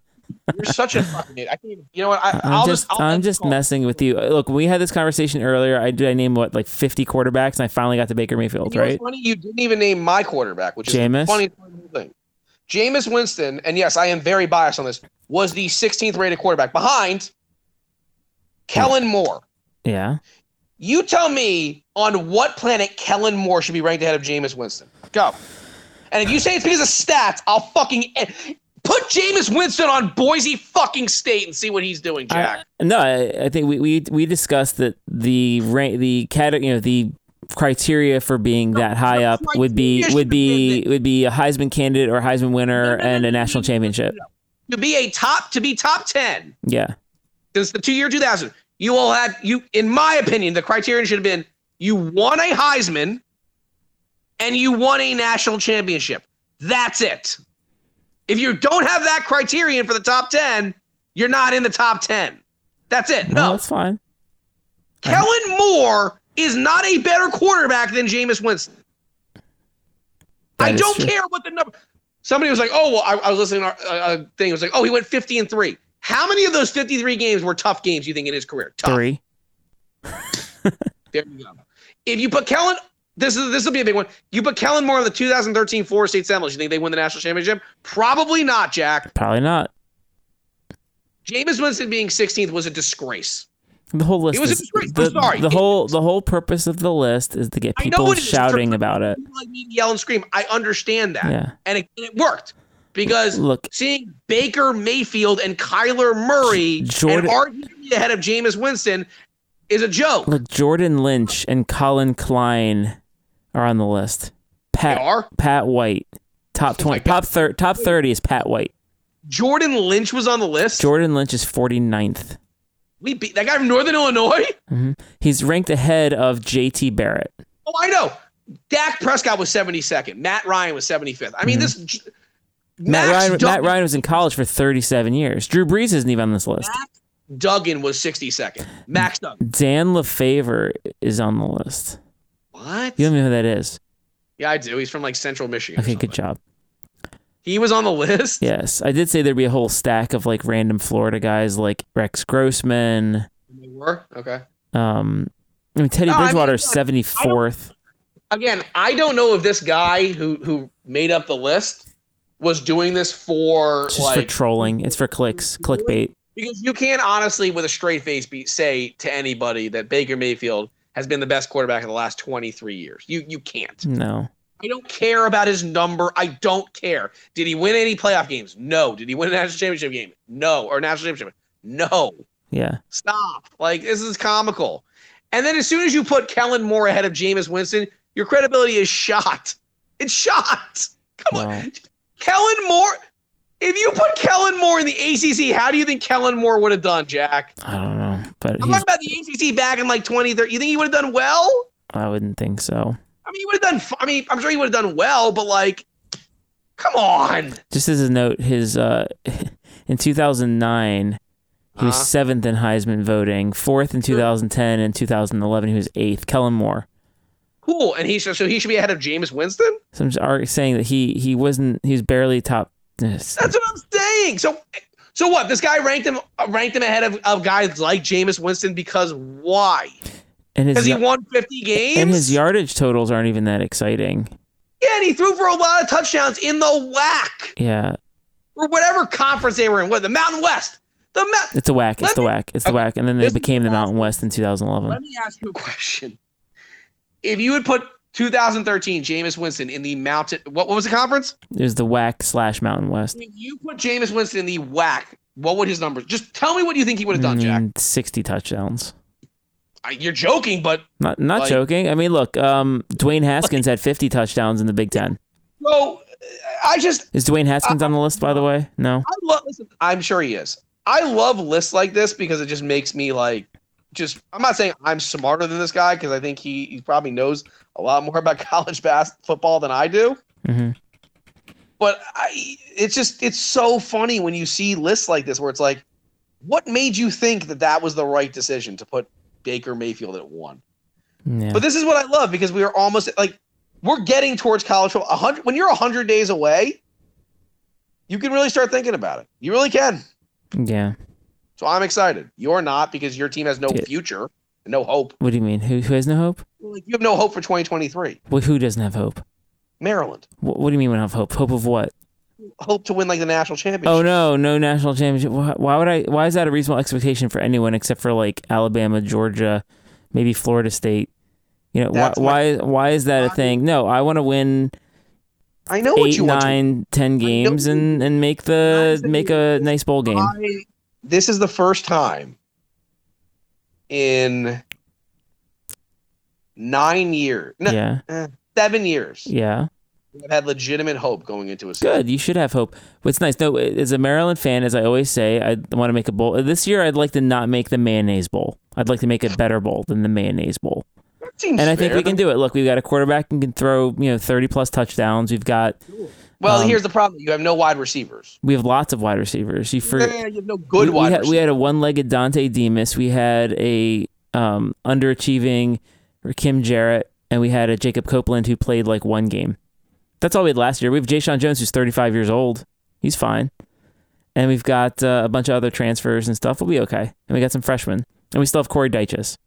[SPEAKER 3] you're such a fucking idiot. I can't. Even, you know what? I,
[SPEAKER 2] I'm
[SPEAKER 3] I'll
[SPEAKER 2] just,
[SPEAKER 3] just. I'll
[SPEAKER 2] I'm
[SPEAKER 3] let you
[SPEAKER 2] just
[SPEAKER 3] call.
[SPEAKER 2] messing with you. Uh, Look, we had this conversation earlier. I did. I named what like 50 quarterbacks, and I finally got to Baker Mayfield.
[SPEAKER 3] You know what's
[SPEAKER 2] Right?
[SPEAKER 3] funny? You didn't even name my quarterback, which
[SPEAKER 2] Jameis?
[SPEAKER 3] is the funniest fucking thing. Jameis Winston, and yes, I am very biased on this, was the 16th rated quarterback behind Kellen Moore.
[SPEAKER 2] Yeah.
[SPEAKER 3] You tell me on what planet Kellen Moore should be ranked ahead of Jameis Winston. Go. And if you say it's because of stats, I'll fucking e-, put Jameis Winston on Boise fucking State and see what he's doing, Jack.
[SPEAKER 2] No, I, I think we, we we discussed that the rank, the cat, you know, the criteria for being that high up would be would be would be a Heisman candidate or Heisman winner and a national championship.
[SPEAKER 3] to be a top to be top 10
[SPEAKER 2] Yeah.
[SPEAKER 3] since the two year 2000 you all had you in my opinion the criterion should have been you won a heisman and you won a national championship that's it if you don't have that criterion for the top 10 you're not in the top 10 that's it
[SPEAKER 2] No,
[SPEAKER 3] no
[SPEAKER 2] that's fine. Uh-huh.
[SPEAKER 3] kellen moore is not a better quarterback than Jameis winston
[SPEAKER 2] That
[SPEAKER 3] i
[SPEAKER 2] is
[SPEAKER 3] don't
[SPEAKER 2] true.
[SPEAKER 3] care what the number somebody was like oh well i, I was listening to a, a thing it was like oh he went 50 and 3 how many of those 53 games were tough games you think in his career tough
[SPEAKER 2] Three.
[SPEAKER 3] There you go. If you put Kellen, this is this will be a big one. You put Kellen Moore in the 2013 Florida State Seminoles. You think they win the national championship? Probably not, Jack.
[SPEAKER 2] Probably not.
[SPEAKER 3] Jameis Winston being 16th was a disgrace.
[SPEAKER 2] The whole list.
[SPEAKER 3] was a
[SPEAKER 2] is,
[SPEAKER 3] disgrace. I'm
[SPEAKER 2] The,
[SPEAKER 3] sorry.
[SPEAKER 2] the
[SPEAKER 3] It-
[SPEAKER 2] whole the whole purpose of the list is to get
[SPEAKER 3] I know
[SPEAKER 2] people
[SPEAKER 3] it is.
[SPEAKER 2] shouting about it.
[SPEAKER 3] People like me to yell and scream. I understand that,
[SPEAKER 2] Yeah.
[SPEAKER 3] and it, and it worked because
[SPEAKER 2] Look,
[SPEAKER 3] seeing Baker Mayfield and Kyler Murray
[SPEAKER 2] Jordan-
[SPEAKER 3] and arguably ahead of Jameis Winston is a joke.
[SPEAKER 2] look. Jordan Lynch and Colin Klein are on the list.
[SPEAKER 3] They
[SPEAKER 2] Pat
[SPEAKER 3] are.
[SPEAKER 2] Pat White, top twenty, top thir- top thirty is Pat White.
[SPEAKER 3] Jordan Lynch was on the list.
[SPEAKER 2] Jordan Lynch is 49th.
[SPEAKER 3] we beat that guy from Northern Illinois. [LAUGHS]
[SPEAKER 2] He's ranked ahead of JT Barrett.
[SPEAKER 3] Oh, I know. Dak Prescott was 72nd. Matt Ryan was 75th. I mean, this.
[SPEAKER 2] Mm-hmm. Matt
[SPEAKER 3] Max
[SPEAKER 2] Ryan. Matt
[SPEAKER 3] Duggan,
[SPEAKER 2] Ryan was in college for 37 years. Drew Brees isn't even on this list.
[SPEAKER 3] Duggan was 62nd. Max Duggan.
[SPEAKER 2] Dan LaFavor is on the list.
[SPEAKER 3] What?
[SPEAKER 2] You don't even know who that is.
[SPEAKER 3] Yeah, I do. He's from like Central Michigan.
[SPEAKER 2] Okay, good job.
[SPEAKER 3] He was on the list.
[SPEAKER 2] Yes, I did say there'd be a whole stack of like random Florida guys, like Rex Grossman.
[SPEAKER 3] They were okay.
[SPEAKER 2] Um, I mean Teddy
[SPEAKER 3] No, I mean,
[SPEAKER 2] Bridgewater is
[SPEAKER 3] look,
[SPEAKER 2] 74th.
[SPEAKER 3] Again, I don't know if this guy who who made up the list was doing this for
[SPEAKER 2] It's just
[SPEAKER 3] like
[SPEAKER 2] for trolling. It's for clicks, clickbait.
[SPEAKER 3] because you can't honestly with a straight face be say to anybody that Baker Mayfield has been the best quarterback in the last 23 years. You you can't.
[SPEAKER 2] No.
[SPEAKER 3] I don't care about his number. I don't care. Did he win any playoff games? No. Did he win a national championship game? No. Or national championship? No. [LAUGHS]
[SPEAKER 2] Yeah.
[SPEAKER 3] Stop. Like this is comical. And then as soon as you put Kellen Moore ahead of Jameis Winston, your credibility is shot. It's shot. Come on.
[SPEAKER 2] Well,
[SPEAKER 3] Kellen Moore. If you put Kellen Moore in the ACC, how do you think Kellen Moore would have done, Jack?
[SPEAKER 2] I don't know, but
[SPEAKER 3] I'm
[SPEAKER 2] he's,
[SPEAKER 3] talking about the ACC back in like 2013. You think he would have done well?
[SPEAKER 2] I wouldn't think so.
[SPEAKER 3] I mean, he would have done. f- I mean, I'm sure he would have done well, but like, come on.
[SPEAKER 2] Just as a note, his uh, [LAUGHS] in 2009 he was
[SPEAKER 3] Uh-huh. Hmm.
[SPEAKER 2] seventh in Heisman voting, fourth in 2010 and 2011 he was eighth. Kellen Moore.
[SPEAKER 3] Cool. And he so, so he should be ahead of Jameis Winston?
[SPEAKER 2] So I'm just ar- saying that he he wasn't he was barely top.
[SPEAKER 3] That's what I'm saying. So so what? This guy ranked him uh, ranked him ahead of, of guys like Jameis Winston because why?
[SPEAKER 2] And his
[SPEAKER 3] Because he
[SPEAKER 2] y-
[SPEAKER 3] won 50 games?
[SPEAKER 2] And his yardage totals aren't even that exciting.
[SPEAKER 3] yeah, and he threw for a lot of touchdowns in the whack
[SPEAKER 2] Yeah,
[SPEAKER 3] or whatever conference they were in. What the Mountain West? The Mountain.
[SPEAKER 2] it's a whack. It's
[SPEAKER 3] Let
[SPEAKER 2] the
[SPEAKER 3] me-
[SPEAKER 2] whack. It's the
[SPEAKER 3] okay,
[SPEAKER 2] whack. And then they
[SPEAKER 3] this is
[SPEAKER 2] became the
[SPEAKER 3] the last-
[SPEAKER 2] Mountain West in 2011.
[SPEAKER 3] Let me ask you a question. If you had put 2013 Jameis Winston in the Mountain what, what was the conference?
[SPEAKER 2] It was the whack slash Mountain West.
[SPEAKER 3] If you put Jameis Winston in the whack, what would his numbers? Just tell me what you think he would have done,
[SPEAKER 2] I
[SPEAKER 3] Jack.
[SPEAKER 2] mean, 60 Mm, touchdowns.
[SPEAKER 3] I, you're joking, but
[SPEAKER 2] Not not
[SPEAKER 3] Like-
[SPEAKER 2] joking. I mean, look, um, Dwayne Haskins had 50 touchdowns in the Big Ten.
[SPEAKER 3] bro, I just
[SPEAKER 2] Is Dwayne Haskins on the list, by the way? No.
[SPEAKER 3] I love. Listen, I'm sure he is. I love lists like this because it just makes me like, just. I'm not saying I'm smarter than this guy because I think he, he probably knows a lot more about [LAUGHS] college bas- football than I do.
[SPEAKER 2] hmm
[SPEAKER 3] But I, it's just it's so funny when you see lists like this where it's like, what made you think that that was the right decision to put Baker Mayfield at one?
[SPEAKER 2] Yeah.
[SPEAKER 3] But this is what I love because we are almost like we're getting towards college football. A hundred when you're hundred days away, you can really start thinking about it. You really can.
[SPEAKER 2] Yeah.
[SPEAKER 3] So I'm excited. You're not because your team has no
[SPEAKER 2] Yeah.
[SPEAKER 3] future, and no hope.
[SPEAKER 2] What do you mean? Who who has no hope?
[SPEAKER 3] Like you have no hope for 2023.
[SPEAKER 2] Well, who doesn't have hope?
[SPEAKER 3] Maryland
[SPEAKER 2] What, what do you mean? We don't have hope? Hope of what?
[SPEAKER 3] hope to win like the national championship.
[SPEAKER 2] Oh no, no national championship. Why, why would I? Why is that a reasonable expectation for anyone except for like Alabama, Georgia, maybe Florida State? You know why,
[SPEAKER 3] That's
[SPEAKER 2] why? Why is that a thing? No, I want to win
[SPEAKER 3] I know what
[SPEAKER 2] eight,
[SPEAKER 3] you want. to
[SPEAKER 2] nine, ten games and and make the make a nice bowl game.
[SPEAKER 3] I- this is the first time in nine years, no,
[SPEAKER 2] Yeah,
[SPEAKER 3] seven years,
[SPEAKER 2] yeah.
[SPEAKER 3] I've had legitimate hope going into a season.
[SPEAKER 2] Good. You should have hope. But it's nice. No, as a Maryland fan, as I always say, I want to make a bowl. This year, I'd like to not make the mayonnaise bowl. I'd like to make a better bowl than the mayonnaise bowl.
[SPEAKER 3] That seems
[SPEAKER 2] and I think
[SPEAKER 3] fair.
[SPEAKER 2] we can do it. Look, we've got a quarterback who can throw, you know, thirty plus touchdowns. We've got
[SPEAKER 3] Well,
[SPEAKER 2] um,
[SPEAKER 3] here's the problem: you have no wide receivers.
[SPEAKER 2] we have lots of wide receivers. You for
[SPEAKER 3] Nah, you have no
[SPEAKER 2] we,
[SPEAKER 3] good
[SPEAKER 2] we
[SPEAKER 3] wide
[SPEAKER 2] had,
[SPEAKER 3] receivers.
[SPEAKER 2] we had a one-legged Dante Demas. We had a um, underachieving Kim Jarrett, and we had a Jacob Copeland who played like one game. That's all we had last year. We have Jayshon Jones who's thirty-five years old. He's fine, and we've got uh, a bunch of other transfers and stuff. We'll be okay, and we got some freshmen, and we still have Corey Dyches.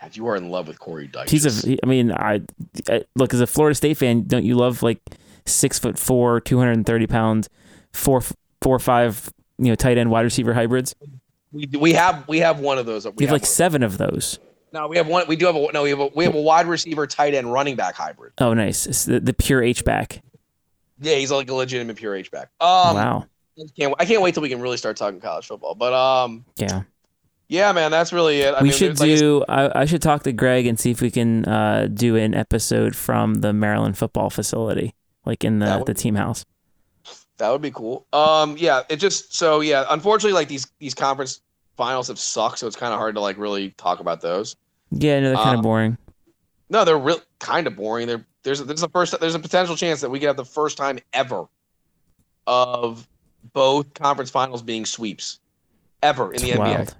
[SPEAKER 3] God, you are in love with Corey Dyche.
[SPEAKER 2] He's a. he- I mean, I, I look as a Florida State fan. Don't you love like six foot four, two hundred and thirty pound, four four five, you know, tight end wide receiver hybrids?
[SPEAKER 3] we, we have we have one of those. We
[SPEAKER 2] You have like
[SPEAKER 3] one.
[SPEAKER 2] seven of those.
[SPEAKER 3] no, we have one. We do have a no. We have a we have a wide receiver, tight end, running back hybrid.
[SPEAKER 2] Oh, nice. It's the, the pure H back.
[SPEAKER 3] Yeah, he's like a legitimate pure H back. Um,
[SPEAKER 2] wow.
[SPEAKER 3] I can't, I can't wait till we can really start talking college football. But um,
[SPEAKER 2] Yeah.
[SPEAKER 3] yeah, man, that's really it. I
[SPEAKER 2] we
[SPEAKER 3] mean,
[SPEAKER 2] should
[SPEAKER 3] there's, like,
[SPEAKER 2] do. I, I should talk to Greg and see if we can uh, do an episode from the Maryland football facility, like in
[SPEAKER 3] That
[SPEAKER 2] the
[SPEAKER 3] would
[SPEAKER 2] the team house.
[SPEAKER 3] That would be cool. Um, yeah, it just so yeah. Unfortunately, like these these conference finals have sucked, so it's kind of hard to like really talk about those.
[SPEAKER 2] Yeah, no, they're kind
[SPEAKER 3] Um,
[SPEAKER 2] of boring.
[SPEAKER 3] No, they're real kind of boring. They're, there's there's the first there's a potential chance that we could have the first time ever of both conference finals being sweeps ever in
[SPEAKER 2] It's
[SPEAKER 3] the NBA.
[SPEAKER 2] wild.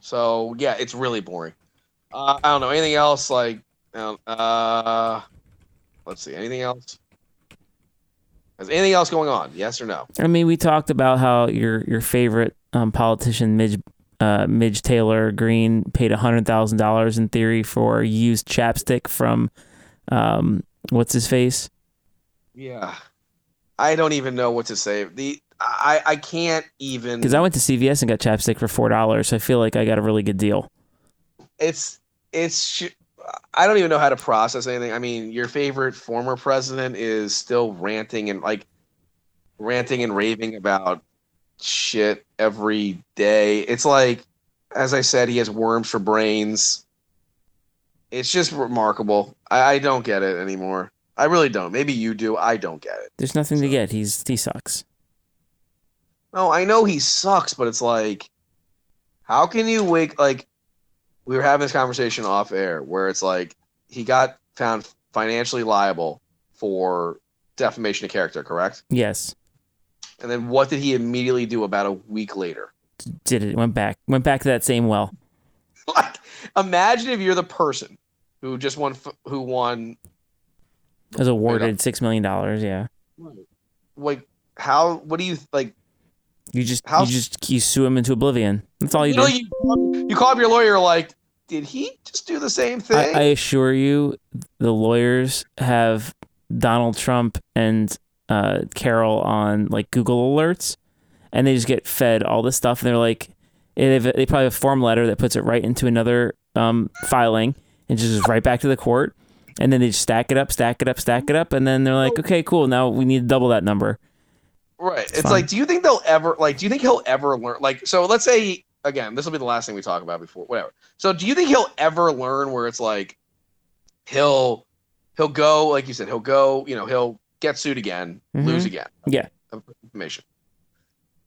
[SPEAKER 3] So yeah, it's really boring. Uh, I don't know anything else. Like, I don't- uh, let's see, anything else? Is anything else going on? Yes or no?
[SPEAKER 2] I mean, we talked about how your your favorite um, politician, Midge uh, Midge Taylor Green, paid hundred thousand dollars in theory for used chapstick from um, what's his face?
[SPEAKER 3] Yeah, I don't even know what to say. The I I can't even.
[SPEAKER 2] Because I went to CVS and got chapstick for four dollars. So I feel like I got a really good deal.
[SPEAKER 3] It's it's. sh- I don't even know how to process anything. I mean, your favorite former president is still ranting and like ranting and raving about shit every day. It's like, as I said, he has worms for brains. It's just remarkable. I, I don't get it anymore. I really don't. Maybe you do. I don't get it.
[SPEAKER 2] There's nothing to get. He's he sucks.
[SPEAKER 3] No, I know he sucks, but it's like, how can you wake? Like, we were having this conversation off air where it's like he got found financially liable for defamation of character, correct?
[SPEAKER 2] Yes,
[SPEAKER 3] And then what did he immediately do about a week later? [LAUGHS]
[SPEAKER 2] did it. Went back. Went back to that same well.
[SPEAKER 3] Like, imagine if you're the person who just won, f- who won,
[SPEAKER 2] I was awarded six million dollars. Yeah,
[SPEAKER 3] like, how? What do you like?
[SPEAKER 2] you just
[SPEAKER 3] How-
[SPEAKER 2] you just you sue him into oblivion. That's all you do.
[SPEAKER 3] know, you, you call up your lawyer, like, did he just do the same thing?
[SPEAKER 2] I, I assure you, the lawyers have Donald Trump and uh, Carol on like Google alerts, and they just get fed all this stuff. And they're like, they, have, they probably have a form letter that puts it right into another um, filing and just is right back to the court. And then they just stack it up, stack it up, stack it up, and then they're like, okay, cool. Now we need to double that number.
[SPEAKER 3] Right. It's,
[SPEAKER 2] fine.
[SPEAKER 3] like, do you think they'll ever like? Do you think he'll ever learn? Like, so let's say again, this will be the last thing we talk about before whatever. So, do you think he'll ever learn where it's like he'll he'll go like you said he'll go you know he'll get sued again, lose again.
[SPEAKER 2] Mm-hmm. Yeah.
[SPEAKER 3] Of Defamation.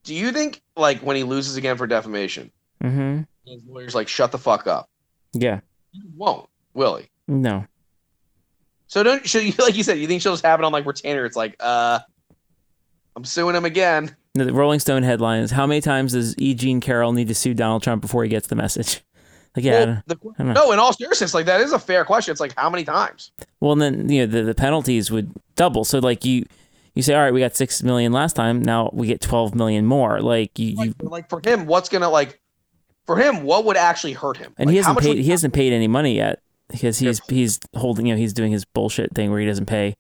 [SPEAKER 3] Do you think like when he loses again for defamation,
[SPEAKER 2] Mm-hmm.
[SPEAKER 3] his lawyer's like shut the fuck up?
[SPEAKER 2] Yeah.
[SPEAKER 3] He won't will he?
[SPEAKER 2] No.
[SPEAKER 3] So don't should you [LAUGHS] like you said you think she'll just have it on like retainer? It's like uh, I'm suing him again.
[SPEAKER 2] No, The Rolling Stone headline is: How many times does E. Jean Carroll need to sue Donald Trump before he gets the message? Like, yeah. I
[SPEAKER 3] Well,
[SPEAKER 2] don't-
[SPEAKER 3] the-
[SPEAKER 2] don't know.
[SPEAKER 3] no, in all seriousness, like that is a fair question. It's like how many times?
[SPEAKER 2] Well, and then you know the, the penalties would double. So like you you say, all right, we got six million last time. Now we get twelve million more. Like you, you
[SPEAKER 3] Like, like, for him, what's gonna like for him? What would actually hurt him?
[SPEAKER 2] and
[SPEAKER 3] Like,
[SPEAKER 2] he
[SPEAKER 3] how
[SPEAKER 2] hasn't
[SPEAKER 3] much
[SPEAKER 2] paid.
[SPEAKER 3] would-
[SPEAKER 2] He hasn't paid any money yet because he's
[SPEAKER 3] Careful.
[SPEAKER 2] he's holding. You know, he's doing his bullshit thing where he doesn't pay.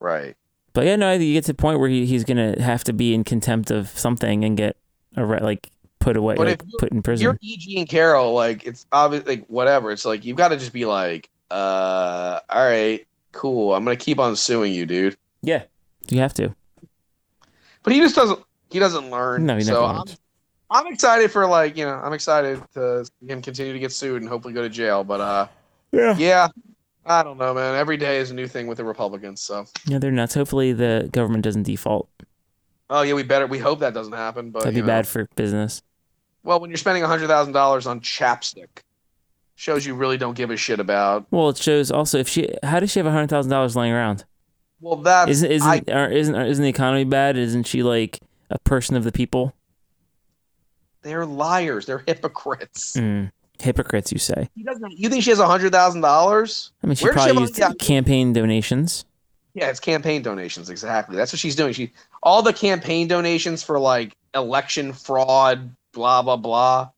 [SPEAKER 3] right.
[SPEAKER 2] But yeah, no, you get to the point where he, he's gonna have to be in contempt of something and get arre- like put away,
[SPEAKER 3] But
[SPEAKER 2] like,
[SPEAKER 3] if you-
[SPEAKER 2] put in prison.
[SPEAKER 3] You're E.G. and Carol. Like it's obvious. Like whatever. It's like you've got to just be like, uh, all right, cool. I'm gonna keep on suing you, dude.
[SPEAKER 2] Yeah, you have to.
[SPEAKER 3] But he just doesn't. He doesn't learn.
[SPEAKER 2] No, he never
[SPEAKER 3] so I'm,
[SPEAKER 2] learns.
[SPEAKER 3] I'm excited for like you know I'm excited to see him continue to get sued and hopefully go to jail. But uh,
[SPEAKER 2] Yeah,
[SPEAKER 3] yeah, I don't know, man. Every day is a new thing with the Republicans. So
[SPEAKER 2] yeah, they're nuts. Hopefully, the government doesn't default.
[SPEAKER 3] oh yeah, we better. We hope that doesn't happen. But
[SPEAKER 2] That'd
[SPEAKER 3] you
[SPEAKER 2] be
[SPEAKER 3] know.
[SPEAKER 2] bad for business.
[SPEAKER 3] Well, when you're spending hundred thousand dollars on chapstick, shows you really don't give a shit about.
[SPEAKER 2] Well, it shows also if she. How does she have hundred thousand dollars laying around?
[SPEAKER 3] Well, that's
[SPEAKER 2] Isn't
[SPEAKER 3] I,
[SPEAKER 2] isn't or isn't or isn't the economy bad? Isn't she like a person of the people?
[SPEAKER 3] they're liars. They're hypocrites.
[SPEAKER 2] Mm. Hypocrites, you say.
[SPEAKER 3] He doesn't. You think she has hundred thousand dollars?
[SPEAKER 2] I mean, she
[SPEAKER 3] Where's she
[SPEAKER 2] probably
[SPEAKER 3] able
[SPEAKER 2] used
[SPEAKER 3] to- yeah.
[SPEAKER 2] campaign donations.
[SPEAKER 3] Yeah, it's campaign donations. Exactly. That's what she's doing. She all the campaign donations for like election fraud, blah blah blah.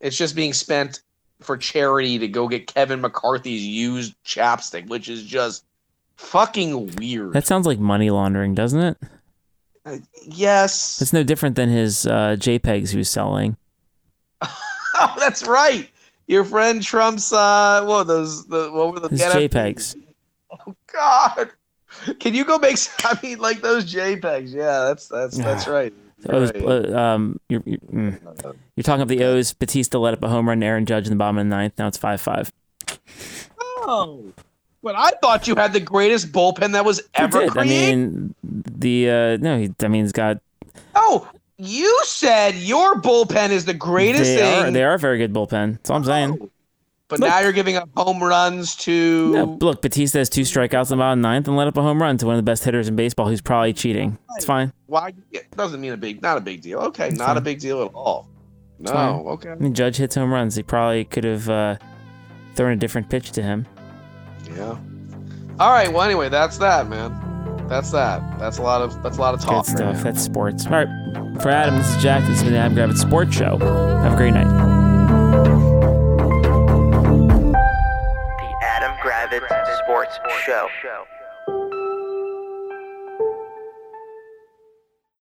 [SPEAKER 3] It's just being spent for charity to go get Kevin McCarthy's used chapstick, which is just fucking weird.
[SPEAKER 2] That sounds like money laundering, doesn't it?
[SPEAKER 3] Uh, yes.
[SPEAKER 2] It's no different than his uh, JPEGs he was selling.
[SPEAKER 3] [LAUGHS] Oh, that's right. Your friend Trump's uh, what were those? The, what were the
[SPEAKER 2] His
[SPEAKER 3] NFTs?
[SPEAKER 2] JPEGs.
[SPEAKER 3] Oh, God, can you go make? [LAUGHS] s- I mean, like those JPEGs. Yeah, that's that's that's right.
[SPEAKER 2] Oh,
[SPEAKER 3] Right.
[SPEAKER 2] uh, um, you're, you're, mm. you're talking up the O's. Batista let up a home run to Aaron Judge in the bottom of the ninth. Now it's five five.
[SPEAKER 3] Oh, but I thought you had the greatest bullpen that was ever
[SPEAKER 2] I
[SPEAKER 3] created.
[SPEAKER 2] mean, the uh, no, he, I mean, he's got
[SPEAKER 3] oh, you said your bullpen is the greatest
[SPEAKER 2] they
[SPEAKER 3] thing.
[SPEAKER 2] are they are a very good bullpen. That's all I'm saying.
[SPEAKER 3] Oh. But now you're giving up home runs to.
[SPEAKER 2] No, look, Batista has two strikeouts in the bottom of the ninth and let up a home run to one of the best hitters in baseball, who's probably cheating. It's fine.
[SPEAKER 3] Why? It doesn't mean a big. Not a big deal. Okay, not a
[SPEAKER 2] fine.
[SPEAKER 3] big deal at all.
[SPEAKER 2] fine.
[SPEAKER 3] No. Okay.
[SPEAKER 2] I mean, Judge hits home runs. He probably could have uh, thrown a different pitch to him.
[SPEAKER 3] Yeah. All right. Well, anyway, that's that, man. That's that. That's a lot of that's a lot of
[SPEAKER 2] Good
[SPEAKER 3] talk. right
[SPEAKER 2] stuff.
[SPEAKER 3] now.
[SPEAKER 2] That's sports. All right. For Adam, this is Jack. This has been the Adam Gravitt Sports Show. Have a great night.
[SPEAKER 1] The Adam Gravitz Sports Show.